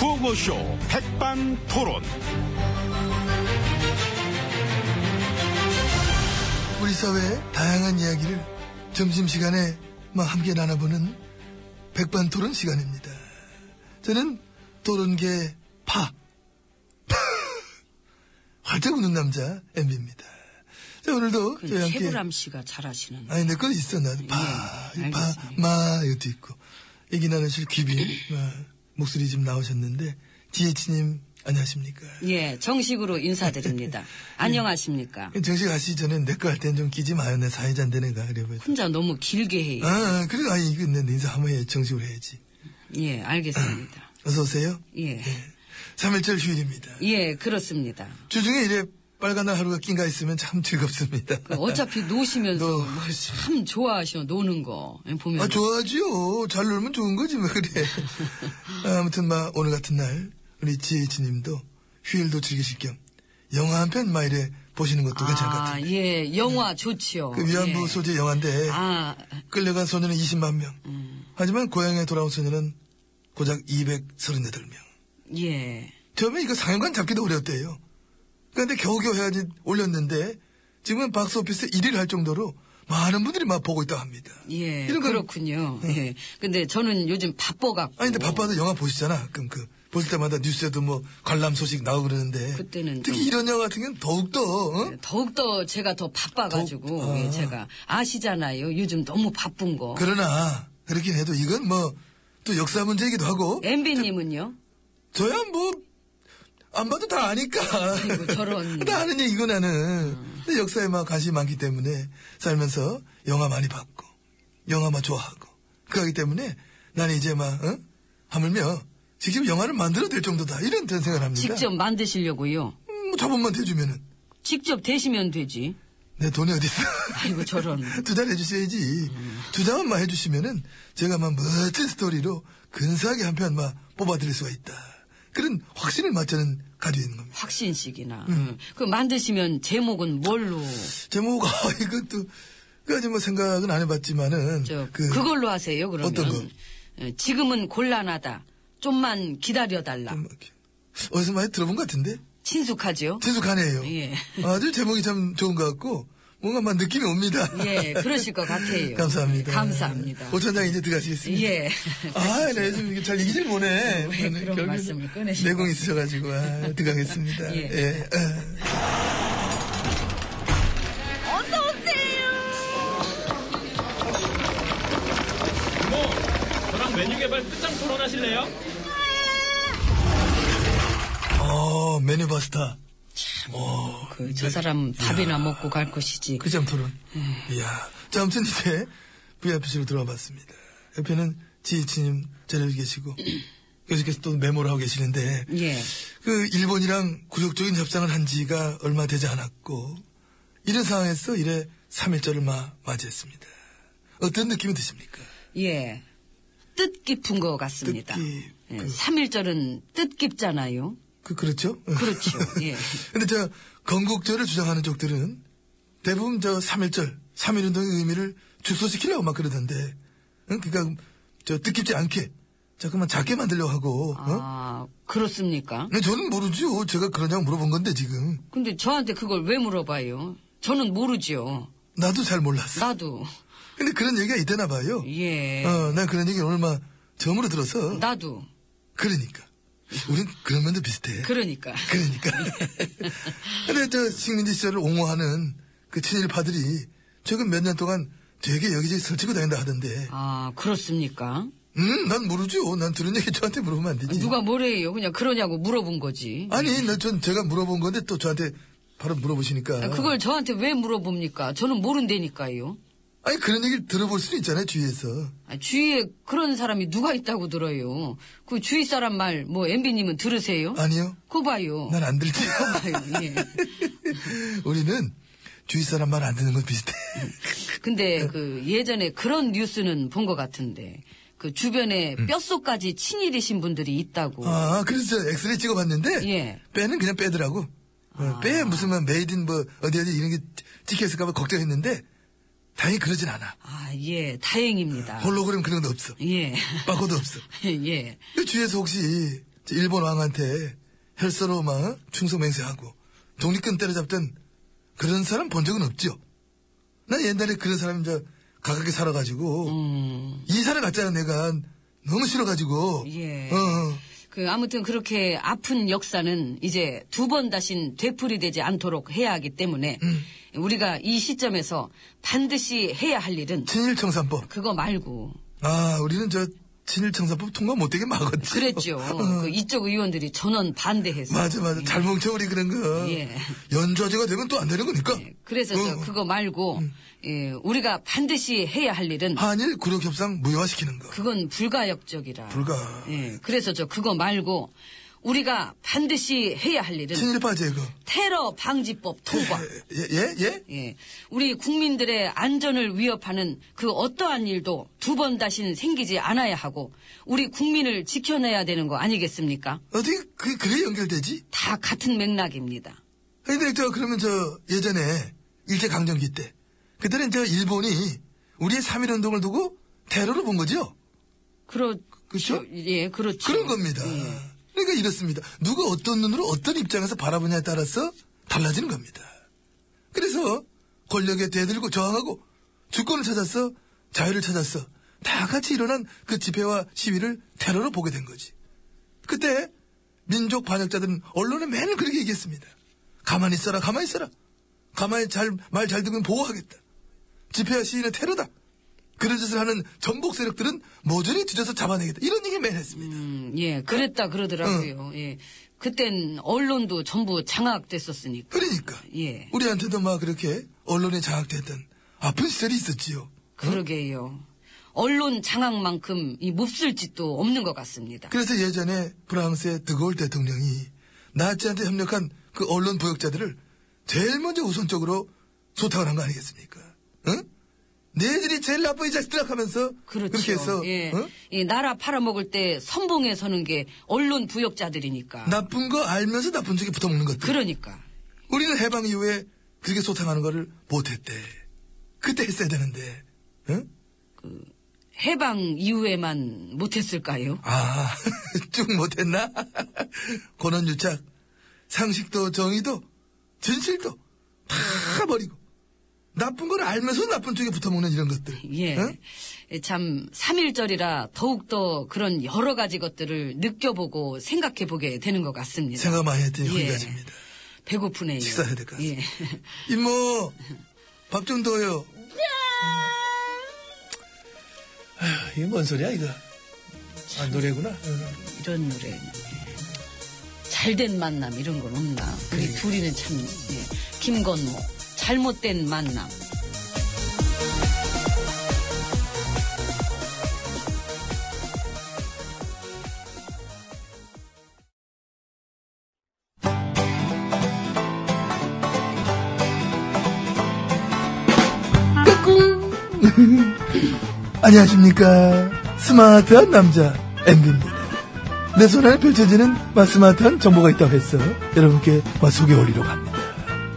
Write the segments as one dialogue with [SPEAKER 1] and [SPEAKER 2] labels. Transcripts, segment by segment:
[SPEAKER 1] 라디오쇼 백반토론.
[SPEAKER 2] 우리 사회의 다양한 이야기를 점심시간에 막 함께 나눠보는 백반토론 시간입니다. 저는 토론계 파, 활짝 웃는 남자 MB입니다. 자, 오늘도 저희
[SPEAKER 3] 그
[SPEAKER 2] 함께
[SPEAKER 3] 최불암 씨가 잘하시는.
[SPEAKER 2] 아니 내 건 있어 나 파,
[SPEAKER 3] 예,
[SPEAKER 2] 파,
[SPEAKER 3] 알겠습니다.
[SPEAKER 2] 마 이것도 있고 애기나는 실 귀빈 아, 목소리 지금 나오셨는데 지혜치님 안녕하십니까?
[SPEAKER 3] 예, 정식으로 인사드립니다.
[SPEAKER 2] 예.
[SPEAKER 3] 안녕하십니까.
[SPEAKER 2] 정식 아시기 전에 내 거 할 때는 좀 끼지 마요 내 사회자인데 내가 그래 보여.
[SPEAKER 3] 혼자 너무 길게 해요.
[SPEAKER 2] 아, 아, 그래, 아니, 이거 내 인사 한번 해, 정식으로 해야지.
[SPEAKER 3] 예, 알겠습니다.
[SPEAKER 2] 어서오세요.
[SPEAKER 3] 예.
[SPEAKER 2] 3일절 휴일입니다.
[SPEAKER 3] 예, 그렇습니다.
[SPEAKER 2] 주중에 이래 빨간 날 하루가 낀가 있으면 참 즐겁습니다.
[SPEAKER 3] 그 어차피 노시면서
[SPEAKER 2] 아. 노-
[SPEAKER 3] 뭘참 좋아하셔, 노는 거. 예, 보면.
[SPEAKER 2] 아, 좋아하지요. 잘 놀면 좋은 거지, 왜 그래. 아, 아무튼, 마, 오늘 같은 날, 우리 지혜치 님도 휴일도 즐기실 겸, 영화 한 편, 마, 이래 보시는 것도 괜찮을 것 같아요.
[SPEAKER 3] 예, 영화 좋지요.
[SPEAKER 2] 그 위안부
[SPEAKER 3] 예.
[SPEAKER 2] 소재 영화인데,
[SPEAKER 3] 아, 음.
[SPEAKER 2] 끌려간 소녀는 20만 명. 하지만 고향에 돌아온 소녀는 고작 238명.
[SPEAKER 3] 예.
[SPEAKER 2] 처음에 이거 상영관 잡기도 어려웠대요. 그런데 겨우겨우 해야지 올렸는데 지금은 박스 오피스 1위를 할 정도로 많은 분들이 막 보고 있다고 합니다.
[SPEAKER 3] 예,
[SPEAKER 2] 이런 건-
[SPEAKER 3] 그렇군요. 예. 근데 저는 요즘 바빠갖고.
[SPEAKER 2] 아니 근데 바빠도 영화 보시잖아. 그럼 그 보실 때마다 뉴스에도 뭐 관람 소식 나오고 그러는데
[SPEAKER 3] 그때는
[SPEAKER 2] 특히
[SPEAKER 3] 좀-
[SPEAKER 2] 이런 영화 같은 경우는 더욱더 어?
[SPEAKER 3] 예, 더욱더 제가 더 바빠가지고,
[SPEAKER 2] 더욱- 아.
[SPEAKER 3] 예, 제가 아시잖아요. 요즘 너무 바쁜 거.
[SPEAKER 2] 그러나 그렇긴 해도 이건 뭐 또 역사 문제이기도 하고
[SPEAKER 3] 예, 엠비님은요?
[SPEAKER 2] 저야 뭐 안 봐도 다 아니까.
[SPEAKER 3] 아이고, 저런. 어.
[SPEAKER 2] 다 아는 얘기고 나는. 근데 역사에 막 관심이 많기 때문에 살면서 영화 많이 봤고 영화 막 좋아하고 그러기 때문에 나는 이제 막 어? 하물며 직접 영화를 만들어 될 정도다 이런 그런 생각을 합니다.
[SPEAKER 3] 직접 만드시려고요.
[SPEAKER 2] 음, 뭐 자본만 대주면은
[SPEAKER 3] 직접 되시면 되지.
[SPEAKER 2] 내 돈이 어디 있어?
[SPEAKER 3] 아이고 저런.
[SPEAKER 2] 투자를 해주셔야지.
[SPEAKER 3] 음.
[SPEAKER 2] 투자만 막 해주시면은 제가 막 멋진 스토리로 근사하게 한 편 막 뽑아드릴 수가 있다. 그런 확신을 막 저는 가지고 있는 겁니다.
[SPEAKER 3] 확신식이나.
[SPEAKER 2] 음.
[SPEAKER 3] 그 만드시면 제목은 뭘로?
[SPEAKER 2] 제목, 아, 이것도, 그까지 뭐 생각은 안 해봤지만은.
[SPEAKER 3] 저 그, 걸로 하세요. 그러면
[SPEAKER 2] 어떤 거?
[SPEAKER 3] 예, 지금은 곤란하다. 좀만 기다려달라.
[SPEAKER 2] 좀 이렇게 어디서 많이 들어본 것 같은데?
[SPEAKER 3] 친숙하죠?
[SPEAKER 2] 친숙하네요.
[SPEAKER 3] 예.
[SPEAKER 2] 아주 제목이 참 좋은 것 같고, 뭔가 막 느낌이 옵니다.
[SPEAKER 3] 예, 그러실 것 같아요.
[SPEAKER 2] 감사합니다.
[SPEAKER 3] 감사합니다.
[SPEAKER 2] 오천장 이제 들어가시겠습니다.
[SPEAKER 3] 예.
[SPEAKER 2] 아, 나 요즘 이게 잘 이기질 못해. 네,
[SPEAKER 3] 왜 네, 그런
[SPEAKER 2] 결국은
[SPEAKER 3] 말씀을 꺼내시고.
[SPEAKER 2] 내공 있으셔가지고, 아, 들어가겠습니다.
[SPEAKER 3] 예.
[SPEAKER 2] 아.
[SPEAKER 4] 저랑 메뉴 개발 끝장 토론하실래요?
[SPEAKER 2] 어, 메뉴 바스타.
[SPEAKER 3] 그 저 사람 밥이나 먹고 갈 것이지.
[SPEAKER 2] 그참 토론. 이야. 자, 아무튼 이제 VIP실로 들어와 봤습니다. 옆에는 지혜치님 자리에 계시고, 교수께서 또 메모를 하고 계시는데,
[SPEAKER 3] 예.
[SPEAKER 2] 그 일본이랑 구속적인 협상을 한 지가 얼마 되지 않았고, 이런 상황에서 이래 3일절을 마, 맞이했습니다. 어떤 느낌이 드십니까?
[SPEAKER 3] 예. 뜻깊은 것 같습니다.
[SPEAKER 2] 뜻깊-
[SPEAKER 3] 예, 3.1절은 뜻깊잖아요.
[SPEAKER 2] 그, 그렇죠?
[SPEAKER 3] 그렇죠. 예.
[SPEAKER 2] 근데 저, 건국절을 주장하는 쪽들은 대부분 저 3일절, 3일운동의 의미를 축소시키려고 막 그러던데, 응? 그니까, 저, 뜻깊지 않게, 자꾸만 작게 만들려고 하고, 어? 음.
[SPEAKER 3] 아, 그렇습니까?
[SPEAKER 2] 근데 저는 모르죠. 제가 그러냐고 물어본 건데, 지금.
[SPEAKER 3] 근데 저한테 그걸 왜 물어봐요? 저는 모르지요.
[SPEAKER 2] 나도 잘 몰랐어.
[SPEAKER 3] 나도.
[SPEAKER 2] 근데 그런 얘기가 있다나 봐요.
[SPEAKER 3] 예.
[SPEAKER 2] 어, 난 그런 얘기 오늘 막 처음으로 들어서.
[SPEAKER 3] 나도.
[SPEAKER 2] 그러니까. 우린 그런 면도 비슷해. 그...
[SPEAKER 3] 그러니까.
[SPEAKER 2] 러니 까 근데 저 식민지 시절을 옹호하는 그 친일파들이 최근 몇 년 동안 되게 여기저기 설치고 다닌다 하던데.
[SPEAKER 3] 아, 그렇습니까?
[SPEAKER 2] 음, 난 모르죠. 난 들은 얘기 저한테 물으면 안 되지.
[SPEAKER 3] 누가 뭐래요? 그냥 그러냐고 물어본 거지.
[SPEAKER 2] 아니, 나 전 제가 물어본 건데 또 저한테 바로 물어보시니까.
[SPEAKER 3] 아, 그걸 저한테 왜 물어봅니까? 저는 모른다니까요.
[SPEAKER 2] 아니, 그런 얘기를 들어볼 수는 있잖아요, 주위에서.
[SPEAKER 3] 아, 주위에 그런 사람이 누가 있다고 들어요. 그 주위 사람 말, 뭐, MB님은 들으세요?
[SPEAKER 2] 아니요.
[SPEAKER 3] 그거 봐요.
[SPEAKER 2] 난 안 들지.
[SPEAKER 3] 봐요, 예.
[SPEAKER 2] 우리는 주위 사람 말 안 듣는 건 비슷해.
[SPEAKER 3] 근데 그 예전에 그런 뉴스는 본 것 같은데 그 주변에 뼛속까지 친일이신 분들이 있다고.
[SPEAKER 2] 아, 그래서 저 엑스레이 찍어봤는데
[SPEAKER 3] 뭐. 예. 아.
[SPEAKER 2] 빼는 그냥 빼더라고. 어, 빼 무슨 뭐 메이든 뭐 어디 어디 이런 게 찍혔을까봐 걱정했는데 다행히 그러진 않아.
[SPEAKER 3] 아, 예,
[SPEAKER 2] 음.
[SPEAKER 3] 다행입니다.
[SPEAKER 2] 홀로그램 그런 거 없어.
[SPEAKER 3] 예,
[SPEAKER 2] 바코도 없어.
[SPEAKER 3] 예.
[SPEAKER 2] 그 주위에서 혹시 저 일본 왕한테 혈서로 막 충성맹세하고 독립군 때려잡던 그런 사람 본 적은 없죠. 난 옛날에 그런 사람 이제 가깝게 살아가지고
[SPEAKER 3] 음.
[SPEAKER 2] 이사를 갔잖아 내가 너무 싫어가지고.
[SPEAKER 3] 예.
[SPEAKER 2] 어, 어.
[SPEAKER 3] 그 아무튼 그렇게 아픈 역사는 이제 두 번 다신 되풀이되지 않도록 해야 하기 때문에
[SPEAKER 2] 음.
[SPEAKER 3] 우리가 이 시점에서 반드시 해야 할 일은
[SPEAKER 2] 친일청산법.
[SPEAKER 3] 그거 말고
[SPEAKER 2] 아, 우리는 저 친일청산법 통과 못되게 막았지.
[SPEAKER 3] 그랬죠. 그 이쪽 의원들이 전원 반대해서
[SPEAKER 2] 어. 맞아, 맞아. 잘 뭉쳐, 우리 그런 거.
[SPEAKER 3] 예.
[SPEAKER 2] 연좌제가 되면 또 안 되는 거니까.
[SPEAKER 3] 그래서 저
[SPEAKER 2] 어,
[SPEAKER 3] 그거 말고 예, 우리가 반드시 해야 할 일은
[SPEAKER 2] 한일 구력 협상 무효화시키는 거.
[SPEAKER 3] 그건 불가역적이라.
[SPEAKER 2] 불가.
[SPEAKER 3] 예, 그래서 저 그거 말고 우리가 반드시 해야 할 일은
[SPEAKER 2] 친일파 제거.
[SPEAKER 3] 테러 방지법 통과.
[SPEAKER 2] 예, 예? 예?
[SPEAKER 3] 예, 우리 국민들의 안전을 위협하는 그 어떠한 일도 두 번 다시는 생기지 않아야 하고 우리 국민을 지켜내야 되는 거 아니겠습니까?
[SPEAKER 2] 어떻게 그, 그게 연결되지?
[SPEAKER 3] 다 같은 맥락입니다.
[SPEAKER 2] 근데 저, 그러면 저, 예전에, 일제강점기 때. 그때는 저, 일본이 우리의 3.1운동을 두고 테러를 본 거죠?
[SPEAKER 3] 그렇
[SPEAKER 2] 그쵸?
[SPEAKER 3] 예, 그렇죠.
[SPEAKER 2] 그런 겁니다.
[SPEAKER 3] 예.
[SPEAKER 2] 그러니까 이렇습니다. 누가 어떤 눈으로 어떤 입장에서 바라보냐에 따라서 달라지는 겁니다. 그래서 권력에 대들고 저항하고 주권을 찾았어, 자유를 찾았어. 다 같이 일어난 그 집회와 시위를 테러로 보게 된 거지. 그때 민족 반역자들은 언론에 맨날 그렇게 얘기했습니다. 가만히 있어라, 가만히 있어라. 가만히 잘, 말 잘 듣면 보호하겠다. 집회와 시위는 테러다. 그런 짓을 하는 전복 세력들은 모조리 뒤져서 잡아내겠다. 이런 얘기 맨 했습니다.
[SPEAKER 3] 음, 예, 그랬다 그러더라고요. 예. 그땐 언론도 전부 장악됐었으니까.
[SPEAKER 2] 그러니까
[SPEAKER 3] 예.
[SPEAKER 2] 우리한테도 막 그렇게 언론에 장악됐던 아픈 시절이 있었지요.
[SPEAKER 3] 그러게요. 언론 장악만큼 이 몹쓸 짓도 없는 것 같습니다.
[SPEAKER 2] 그래서 예전에 프랑스의 드골 대통령이 나치한테 협력한 그 언론 부역자들을 제일 먼저 우선적으로 소탕을 한 거 아니겠습니까? 응? 너희들이 제일 나빠 이 자식들아 하면서
[SPEAKER 3] 그렇죠.
[SPEAKER 2] 게 해서 어?
[SPEAKER 3] 예.
[SPEAKER 2] 응?
[SPEAKER 3] 이 나라 팔아먹을 때 선봉에 서는 게 언론 부역자들이니까.
[SPEAKER 2] 나쁜 거 알면서 나쁜 쪽에 붙어먹는 것들.
[SPEAKER 3] 그러니까.
[SPEAKER 2] 우리는 해방 이후에 그렇게 소탕하는 거를 못했대. 그때 했어야 되는데. 응?
[SPEAKER 3] 해방 이후에만 못했을까요?
[SPEAKER 2] 아, 쭉 못했나? 권원유착, 상식도 정의도, 진실도 다 버리고, 나쁜 걸 알면서 나쁜 쪽에 붙어먹는 이런 것들.
[SPEAKER 3] 예.
[SPEAKER 2] 응?
[SPEAKER 3] 참, 삼일절이라 더욱더 그런 여러 가지 것들을 느껴보고 생각해보게 되는 것 같습니다.
[SPEAKER 2] 생각 많이 했더니
[SPEAKER 3] 예.
[SPEAKER 2] 허기가집니다.
[SPEAKER 3] 배고프네요.
[SPEAKER 2] 식사해야 될 것 같습니다.
[SPEAKER 3] 예.
[SPEAKER 2] 이모, 밥 좀 더요. 아휴, 이게 뭔 소리야, 이거? 아, 노래구나. 응.
[SPEAKER 3] 이런 노래. 잘된 만남 이런 건 없나. 우리
[SPEAKER 2] 네.
[SPEAKER 3] 둘이는 참, 예. 김건모. 잘못된 만남.
[SPEAKER 2] 안녕하십니까. 스마트한 남자, MB입니다. 내 손안에 펼쳐지는 마 스마트한 정보가 있다고 해서 여러분께 마 소개 올리려고 합니다.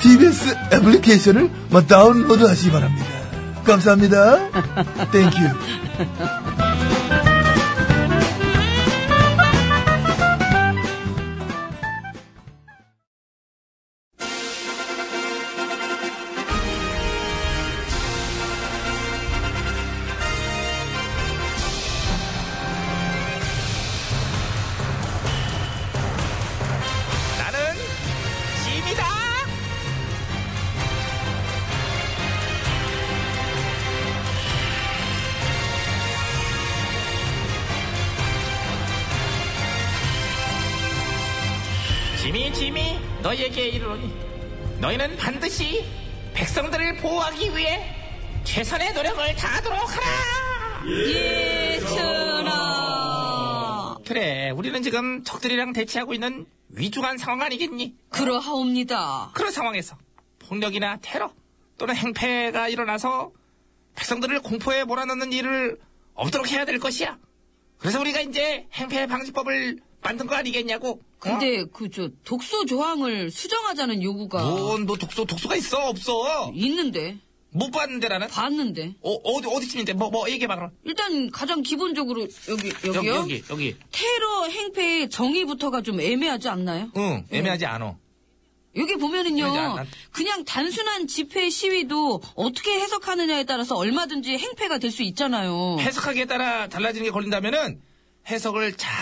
[SPEAKER 2] TBS 애플리케이션을 마 다운로드 하시기 바랍니다. 감사합니다. 땡큐.
[SPEAKER 1] 나는 짐이다.
[SPEAKER 4] 짐이 짐이 너희에게 이르노니 너희는 반드시 백성들을 보호하기 위해 최선의 노력을 다하도록 하라.
[SPEAKER 3] 예천아
[SPEAKER 4] 그래, 우리는 지금 적들이랑 대치하고 있는 위중한 상황 아니겠니?
[SPEAKER 3] 그러하옵니다.
[SPEAKER 4] 그런 상황에서 폭력이나 테러 또는 행패가 일어나서 백성들을 공포에 몰아넣는 일을 없도록 해야 될 것이야. 그래서 우리가 이제 행패 방지법을 만든 거 아니겠냐고. 어?
[SPEAKER 3] 근데 그 저 독소 조항을 수정하자는 요구가
[SPEAKER 4] 뭔, 뭐 독소, 독소가 있어? 없어?
[SPEAKER 3] 있는데
[SPEAKER 4] 못 봤는데, 라는?
[SPEAKER 3] 봤는데
[SPEAKER 4] 어, 어디, 어디쯤인데? 뭐, 뭐, 얘기해봐, 그럼.
[SPEAKER 3] 일단 가장 기본적으로 여기
[SPEAKER 4] 여기,
[SPEAKER 3] 여기요.
[SPEAKER 4] 여기, 여기.
[SPEAKER 3] 테러 행패의 정의부터가 좀 애매하지 않나요?
[SPEAKER 4] 응, 애매하지 않아.
[SPEAKER 3] 여기
[SPEAKER 4] 애매하지
[SPEAKER 3] 보면은요,
[SPEAKER 4] 않아.
[SPEAKER 3] 그냥 단순한 집회 시위도 어떻게 해석하느냐에 따라서 얼마든지 행패가 될 수 있잖아요.
[SPEAKER 4] 해석하기에 따라 달라지는 게 걸린다면은 해석을 잘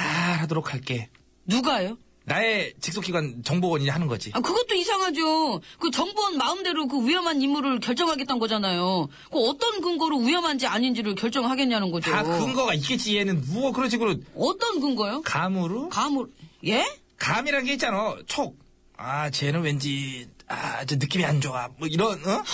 [SPEAKER 4] 하도록 할게.
[SPEAKER 3] 누가요?
[SPEAKER 4] 나의 직속기관 정보원이 하는 거지.
[SPEAKER 3] 아, 그것도 이상하죠. 그 정부원 마음대로 그 위험한 임무를 결정하겠다는 거잖아요. 그 어떤 근거로 위험한지 아닌지를 결정하겠냐는 거죠.
[SPEAKER 4] 다 근거가 있겠지, 얘는. 뭐, 그런 식으로.
[SPEAKER 3] 어떤 근거요?
[SPEAKER 4] 감으로?
[SPEAKER 3] 감을, 예?
[SPEAKER 4] 감이라는 게 있잖아. 촉. 아, 쟤는 왠지, 아, 저 느낌이 안 좋아. 뭐, 이런, 어?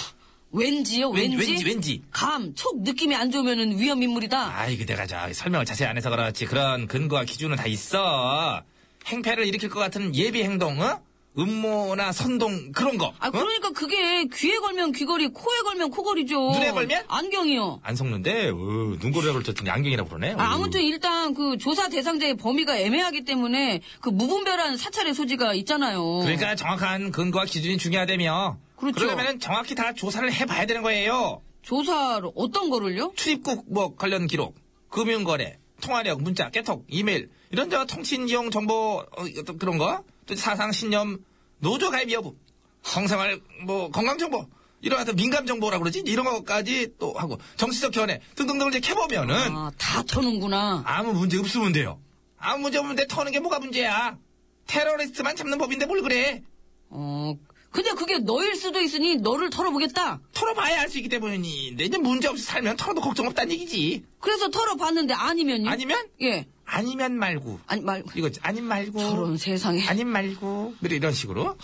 [SPEAKER 3] 왠지요,
[SPEAKER 4] 왠-
[SPEAKER 3] 왠지?
[SPEAKER 4] 왠지, 왠지.
[SPEAKER 3] 감, 촉 느낌이 안 좋으면 위험 인물이다.
[SPEAKER 4] 아, 이거 내가 저 설명을 자세히 안 해서 그렇지. 그런 근거와 기준은 다 있어. 행패를 일으킬 것 같은 예비 행동, 어? 음모나 선동, 그런 거.
[SPEAKER 3] 아,
[SPEAKER 4] 어?
[SPEAKER 3] 그러니까 그게 귀에 걸면 귀걸이, 코에 걸면 코걸이죠.
[SPEAKER 4] 눈에 걸면? 음.
[SPEAKER 3] 안경이요.
[SPEAKER 4] 안 속는데, 어, 눈고리라고 그랬더니 안경이라고 그러네.
[SPEAKER 3] 아,
[SPEAKER 4] 어.
[SPEAKER 3] 아무튼 일단 그 조사 대상자의 범위가 애매하기 때문에 그 무분별한 사찰의 소지가 있잖아요.
[SPEAKER 4] 그러니까 정확한 근거와 기준이 중요하다며.
[SPEAKER 3] 뭐. 그렇죠.
[SPEAKER 4] 그러려면 정확히 다 조사를 해봐야 되는 거예요.
[SPEAKER 3] 조사로 어떤 거를요?
[SPEAKER 4] 출입국 뭐 관련 기록, 금융거래, 통화력, 문자, 깨톡, 이메일 이런 저 통신 이용 정보 어, 어떤 그런 거, 또 사상 신념, 노조 가입 여부, 성생활 뭐 건강 정보 이런 하여튼 민감 정보라 고 그러지 이런 것까지 또 하고 정치적 견해 등등등을 이제 캐보면은
[SPEAKER 3] 아, 다 터는구나.
[SPEAKER 4] 아무 문제 없으면 돼요. 아무 문제 없는데 터는 게 뭐가 문제야? 테러리스트만 잡는 법인데 뭘 그래?
[SPEAKER 3] 어, 근데 그게 너일 수도 있으니 너를 털어보겠다.
[SPEAKER 4] 털어봐야 알 수 있기 때문인데 이제 문제 없이 살면 털어도 걱정 없다는 얘기지.
[SPEAKER 3] 그래서 털어봤는데 아니면요?
[SPEAKER 4] 아니면
[SPEAKER 3] 예.
[SPEAKER 4] 아니면 말고
[SPEAKER 3] 아니, 말,
[SPEAKER 4] 이거 아님 말고
[SPEAKER 3] 저런 세상에.
[SPEAKER 4] 아님 말고 뭐 이런 식으로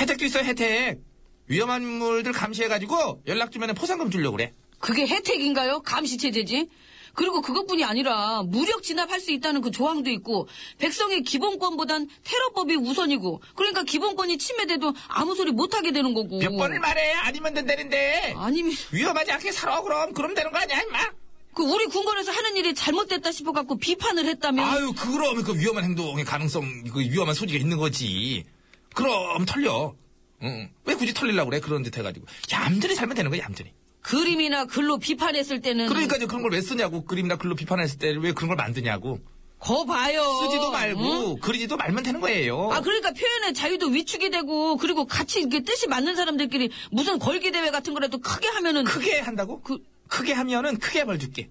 [SPEAKER 4] 혜택도 있어요 혜택 위험한 물들 감시해가지고 연락 주면 포상금 주려고 그래
[SPEAKER 3] 그게 혜택인가요? 감시체제지? 그리고 그것뿐이 아니라 무력 진압할 수 있다는 그 조항도 있고 백성의 기본권보단 테러법이 우선이고 그러니까 기본권이 침해돼도 아무 소리 못하게 되는 거고
[SPEAKER 4] 몇 번을 말해 아니면 된다는데
[SPEAKER 3] 아니면
[SPEAKER 4] 위험하지 않게 살아 그럼 그럼 되는 거 아니야 임마
[SPEAKER 3] 그 우리 군권에서 하는 일이 잘못됐다 싶어갖고 비판을 했다면
[SPEAKER 4] 아유 그럼 그 위험한 행동의 가능성 그 위험한 소지가 있는 거지 그럼 털려 응. 왜 굳이 털리려고 그래 그런 듯 해가지고 얌전히 살면 되는 거야 얌전히
[SPEAKER 3] 그림이나 글로 비판했을 때는
[SPEAKER 4] 그러니까 이제 그런 걸 왜 쓰냐고 그림이나 글로 비판했을 때 왜 그런 걸 만드냐고
[SPEAKER 3] 거 봐요
[SPEAKER 4] 쓰지도
[SPEAKER 3] 어. 응?
[SPEAKER 4] 말고 그리지도 말면 되는 거예요
[SPEAKER 3] 아 그러니까 표현의 자유도 위축이 되고 그리고 같이 이게 뜻이 맞는 사람들끼리 무슨 걸기 대회 같은 거라도 크게 하면은
[SPEAKER 4] 크게 한다고?
[SPEAKER 3] 그-
[SPEAKER 4] 크게 하면은 크게 벌 줄게.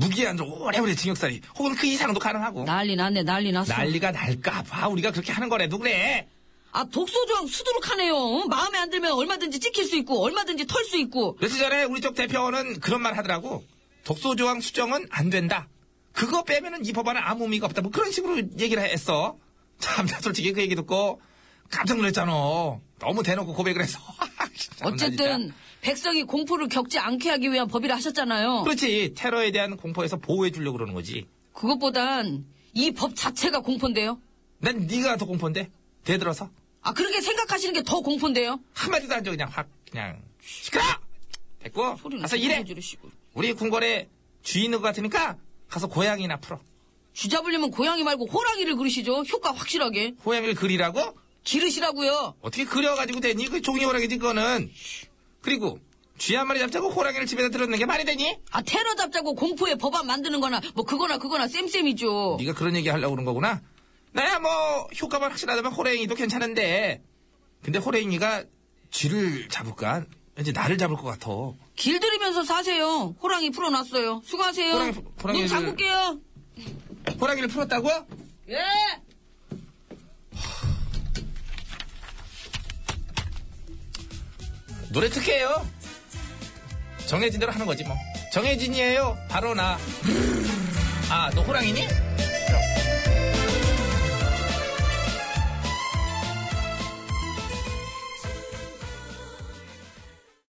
[SPEAKER 4] 무기한 오래오래 징역살이 혹은 그 이상도 가능하고
[SPEAKER 3] 난리 났네 난리 났어
[SPEAKER 4] 난리가 날까봐 우리가 그렇게 하는 거래도 그래
[SPEAKER 3] 아 독소조항 수두룩하네요 어? 마음에 안 들면 얼마든지 찍힐 수 있고 얼마든지 털 수 있고
[SPEAKER 4] 며칠 전에 우리 쪽 대표는 그런 말 하더라고 독소조항 수정은 안 된다 그거 빼면은 이 법안은 아무 의미가 없다 뭐 그런 식으로 얘기를 했어 참나 솔직히 그 얘기 듣고 깜짝 놀랐잖아 너무 대놓고 고백을 해서 참나 진짜.
[SPEAKER 3] 어쨌든 백성이 공포를 겪지 않게 하기 위한 법이라 하셨잖아요
[SPEAKER 4] 그렇지 테러에 대한 공포에서 보호해 주려고 그러는 거지
[SPEAKER 3] 그것보단 이 법 자체가 공포인데요
[SPEAKER 4] 난 네가 더 공포인데 대들어서
[SPEAKER 3] 아 그렇게 생각하시는 게 더 공포인데요
[SPEAKER 4] 한마디도 안 줘 그냥 확 그냥 시끄러 됐고
[SPEAKER 3] 소리는
[SPEAKER 4] 가서 일해
[SPEAKER 3] 소리 지르시고.
[SPEAKER 4] 우리 궁궐의 주인인 것 같으니까 가서 고양이나 풀어
[SPEAKER 3] 쥐잡으려면 고양이 말고 호랑이를 그리시죠 효과 확실하게
[SPEAKER 4] 고양이를 그리라고
[SPEAKER 3] 기르시라고요
[SPEAKER 4] 어떻게 그려가지고 되니 그 종이 호랑이지 그거는 그리고 쥐 한 마리 잡자고 호랑이를 집에다 들었는 게 말이 되니
[SPEAKER 3] 아 테러 잡자고 공포의 법안 만드는 거나 뭐 그거나 그거나 쌤쌤이죠.
[SPEAKER 4] 네가 그런 얘기 하려고 그런 거구나 나야 뭐 효과만 확실하다면 호랑이도 괜찮은데 근데 호랑이가 쥐를 잡을까 왠지 나를 잡을 것 같아
[SPEAKER 3] 길들이면서 사세요. 호랑이 풀어놨어요. 수고하세요.
[SPEAKER 4] 호랑이 풀- 호랑이를-
[SPEAKER 3] 눈 잠글게요.
[SPEAKER 4] 호랑이를 풀었다고?
[SPEAKER 3] 예.
[SPEAKER 4] 노래 특혜예요. 정해진 대로 하는 거지 뭐. 정해진이에요. 바로 나. 아, 너 호랑이니?